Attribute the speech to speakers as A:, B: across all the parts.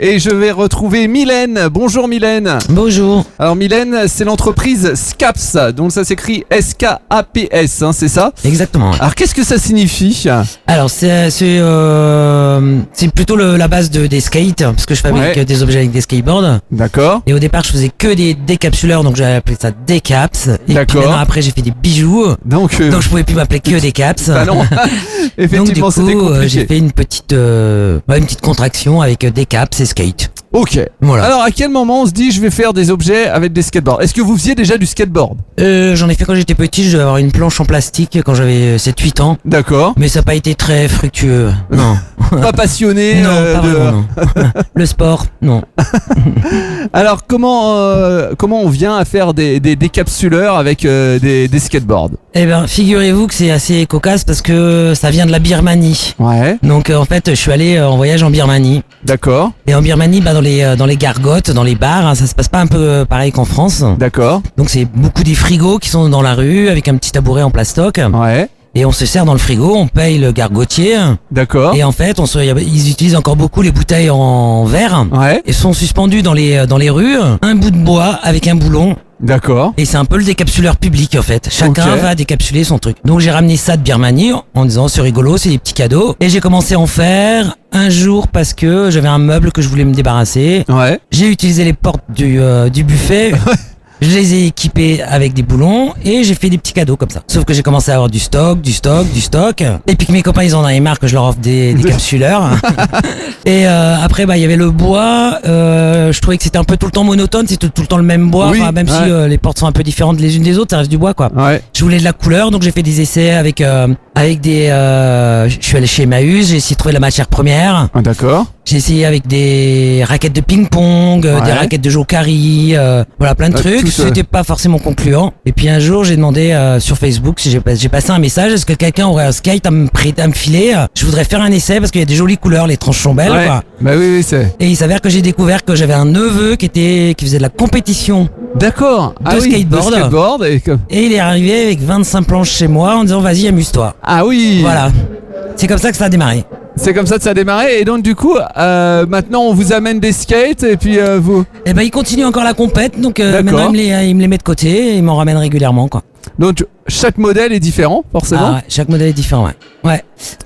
A: Et je vais retrouver Mylène. Bonjour Mylène.
B: Bonjour.
A: Alors Mylène, c'est l'entreprise SCAPS, donc ça s'écrit S-K-A-P-S, hein, c'est ça
B: Exactement.
A: Alors qu'est-ce que ça signifie
B: Alors c'est c'est euh, c'est plutôt le- la base de, des skates parce que je fabrique
A: Ouais.
B: euh, des objets avec des skateboards.
A: D'accord.
B: Et au départ je faisais que des décapsuleurs donc j'avais appelé ça décaps. Et puis
A: D'accord.
B: maintenant, après j'ai fait des bijoux
A: Donc... euh,
B: donc je pouvais plus m'appeler que décaps.
A: bah non.
B: donc du
A: Effectivement, c'était
B: coup euh, j'ai
A: compliqué.
B: fait une petite euh, bah, une petite contraction avec euh, décaps et skate.
A: Ok.
B: Voilà.
A: Alors à quel moment on se dit je vais faire des objets avec des skateboards Est-ce que vous faisiez déjà du skateboard
B: Euh, J'en ai fait quand j'étais petit je devais avoir une planche en plastique quand j'avais 7-8 ans.
A: D'accord.
B: Mais ça n'a pas été très fructueux. Non.
A: Pas passionné
B: non,
A: euh,
B: pas
A: de-
B: vraiment, non. Le sport, non.
A: Alors comment euh, comment on vient à faire des, des décapsuleurs avec euh, des, des skateboards
B: Eh bien, figurez-vous que c'est assez cocasse parce que ça vient de la Birmanie.
A: Ouais.
B: Donc euh, en fait, je suis allé euh, en voyage en Birmanie.
A: D'accord.
B: Et en Birmanie, bah, dans les euh, dans les gargotes, dans les bars, hein, ça se passe pas un peu euh, pareil qu'en France.
A: D'accord.
B: Donc c'est beaucoup des frigos qui sont dans la rue avec un petit tabouret en plastoc
A: Ouais.
B: et on se sert dans le frigo, on paye le gargotier
A: D'accord.
B: et en fait, on se y a- ils utilisent encore beaucoup les bouteilles en verre
A: Ouais.
B: et sont suspendues dans les euh, dans les rues, un bout de bois avec un boulon
A: D'accord.
B: Et c'est un peu le décapsuleur public en fait. Chacun
A: Ok.
B: va décapsuler son truc. Donc j'ai ramené ça de Birmanie en disant c'est rigolo, c'est des petits cadeaux. Et j'ai commencé à en faire un jour parce que j'avais un meuble que je voulais me débarrasser.
A: Ouais.
B: J'ai utilisé les portes du, euh, du buffet. Je les ai équipées avec des boulons et j'ai fait des petits cadeaux comme ça. Sauf que j'ai commencé à avoir du stock, du stock, du stock. Et puis que mes copains ils en avaient marre que je leur offre des, des capsuleurs. et euh, après bah il y avait le bois. Euh, je trouvais que c'était un peu tout le temps monotone, c'est tout, tout le temps le même bois.
A: Oui,
B: Enfin, même
A: ouais.
B: si euh, les portes sont un peu différentes les unes des autres, ça reste du bois quoi.
A: Ouais.
B: Je voulais de la couleur, donc j'ai fait des essais avec euh, avec des. euh, je suis allé chez Emmaüs, j'ai essayé de trouver de la matière première.
A: Ah, D'accord.
B: J'ai essayé avec des raquettes de ping-pong, euh,
A: Ouais.
B: des raquettes de jokari, euh, voilà plein de
A: Ah, tout
B: trucs.
A: ça.
B: C'était pas forcément concluant. Et puis un jour, j'ai demandé euh, sur Facebook, si j'ai pas- j'ai passé un message, est-ce que quelqu'un aurait un skate à me, prêter- à me filer euh, Je voudrais faire un essai parce qu'il y a des jolies couleurs, les tranches sont belles.
A: Ouais.
B: quoi.
A: Bah oui, oui, c'est.
B: Et il s'avère que j'ai découvert que j'avais un neveu qui était qui faisait de la compétition.
A: D'accord. Ah
B: De
A: oui,
B: skateboard.
A: de skateboard et comme-
B: Et il est arrivé avec 25 planches chez moi en disant vas-y amuse-toi.
A: Ah oui.
B: Voilà. C'est comme ça que ça a démarré.
A: C'est comme ça que ça a démarré. Et donc du coup, euh, maintenant on vous amène des skates et puis euh, vous.
B: Et ben il continue encore la compète, donc euh,
A: D'accord.
B: maintenant il me, les, il me les met de côté et il m'en ramène régulièrement quoi.
A: Donc chaque modèle est différent, forcément.
B: Ah ouais, chaque modèle est différent, ouais. Ouais.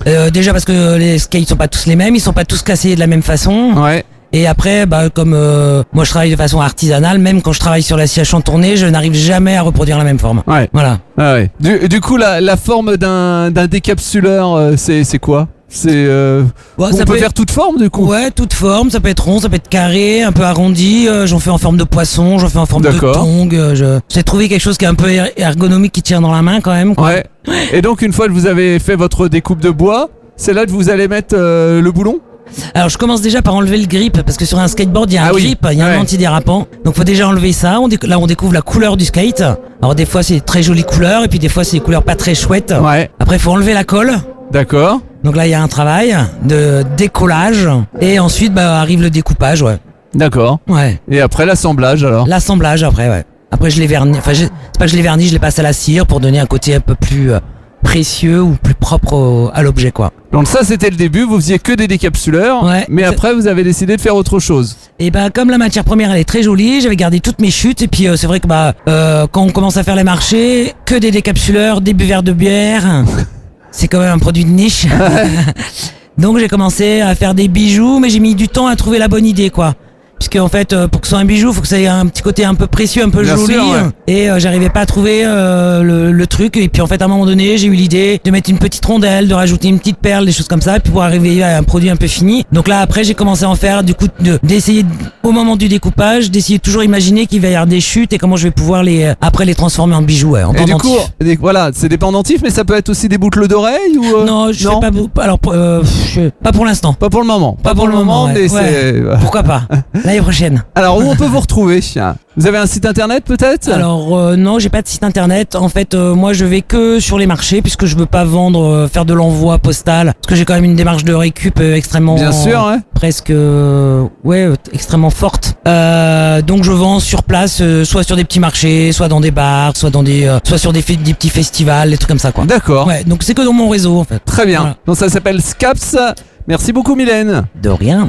B: Euh, déjà parce que les skates sont pas tous les mêmes, ils sont pas tous cassés de la même façon.
A: ouais.
B: Et après, bah comme euh, moi je travaille de façon artisanale, même quand je travaille sur la sciage en tournée, je n'arrive jamais à reproduire la même forme.
A: Ouais.
B: Voilà.
A: Ah ouais. Du, du coup, la, la forme d'un d'un décapsuleur, euh, c'est c'est quoi C'est. Euh,
B: Ouais,
A: on
B: Oh, ça
A: peut,
B: peut-
A: faire toute forme du coup.
B: Ouais, toute forme, ça peut être rond, ça peut être carré, un peu arrondi, euh, j'en fais en forme de poisson, j'en fais en forme de
A: D'accord.
B: tong, euh, je... j'ai trouvé quelque chose qui est un peu er- ergonomique qui tient dans la main quand même. quoi.
A: Ouais. Et donc une fois que vous avez fait votre découpe de bois, c'est là que vous allez mettre euh, le boulon.
B: Alors je commence déjà par enlever le grip, parce que sur un skateboard, il y a un
A: Ah oui,
B: grip, il y a
A: ouais.
B: un antidérapant, donc faut déjà enlever ça, on déc- là on découvre la couleur du skate, alors des fois c'est des très jolies couleurs, et puis des fois c'est des couleurs pas très chouettes.
A: Ouais.
B: Après faut enlever la colle.
A: D'accord.
B: Donc là, il y a un travail de décollage et ensuite bah, arrive le découpage, ouais.
A: D'accord.
B: Ouais.
A: Et après l'assemblage alors.
B: L'assemblage après, ouais. Après, je les vernis. Enfin, je- c'est pas que je les vernis, je les passe à la cire pour donner un côté un peu plus euh, précieux ou plus propre au- à l'objet, quoi.
A: Donc ça c'était le début, vous faisiez que des décapsuleurs,
B: Ouais.
A: mais après vous avez décidé de faire autre chose.
B: Et ben, comme la matière première, elle est très jolie, j'avais gardé toutes mes chutes. Et puis, euh, c'est vrai que bah, euh, quand on commence à faire les marchés, que des décapsuleurs, des buveurs de bière, c'est quand même un produit de niche. Donc, j'ai commencé à faire des bijoux, mais j'ai mis du temps à trouver la bonne idée, quoi. Puisque en fait, euh, pour que ce soit un bijou, faut que ça ait un petit côté un peu précieux, un peu
A: Bien
B: joli.
A: sûr, ouais.
B: Et euh, j'arrivais pas à trouver euh, le, le truc. Et puis en fait, à un moment donné, j'ai eu l'idée de mettre une petite rondelle, de rajouter une petite perle, des choses comme ça, et puis pour arriver à un produit un peu fini. Donc là, après, j'ai commencé à en faire, du coup, de- d'essayer de- au moment du découpage, d'essayer de toujours imaginer qu'il va y avoir des chutes et comment je vais pouvoir les euh, après les transformer en bijoux. ouais, en
A: Et du
B: pendentif.
A: coup, des- voilà, c'est des pendentifs, mais ça peut être aussi des boucles d'oreilles ou euh,
B: non, je fais pas. beau- Alors, pour- euh, je- pas pour l'instant.
A: Pas pour le moment.
B: Pas pour le moment, ouais.
A: mais c'est. euh,
B: Pourquoi pas L'année prochaine.
A: Alors où on peut vous retrouver Vous avez un site internet peut-être
B: Alors euh, non, j'ai pas de site internet. En fait, euh, moi je vais que sur les marchés puisque je veux pas vendre, euh, faire de l'envoi postal parce que j'ai quand même une démarche de récup euh, extrêmement
A: Bien sûr. hein. ouais.
B: presque euh, ouais, euh, extrêmement forte. Euh, donc je vends sur place euh, soit sur des petits marchés, soit dans des bars, soit dans des euh, soit sur des, fe- des petits festivals, des trucs comme ça quoi.
A: D'accord.
B: Ouais, donc c'est que dans mon réseau en fait.
A: Très bien.
B: Voilà.
A: Donc ça s'appelle Scaps. Merci beaucoup Mylène.
B: De rien.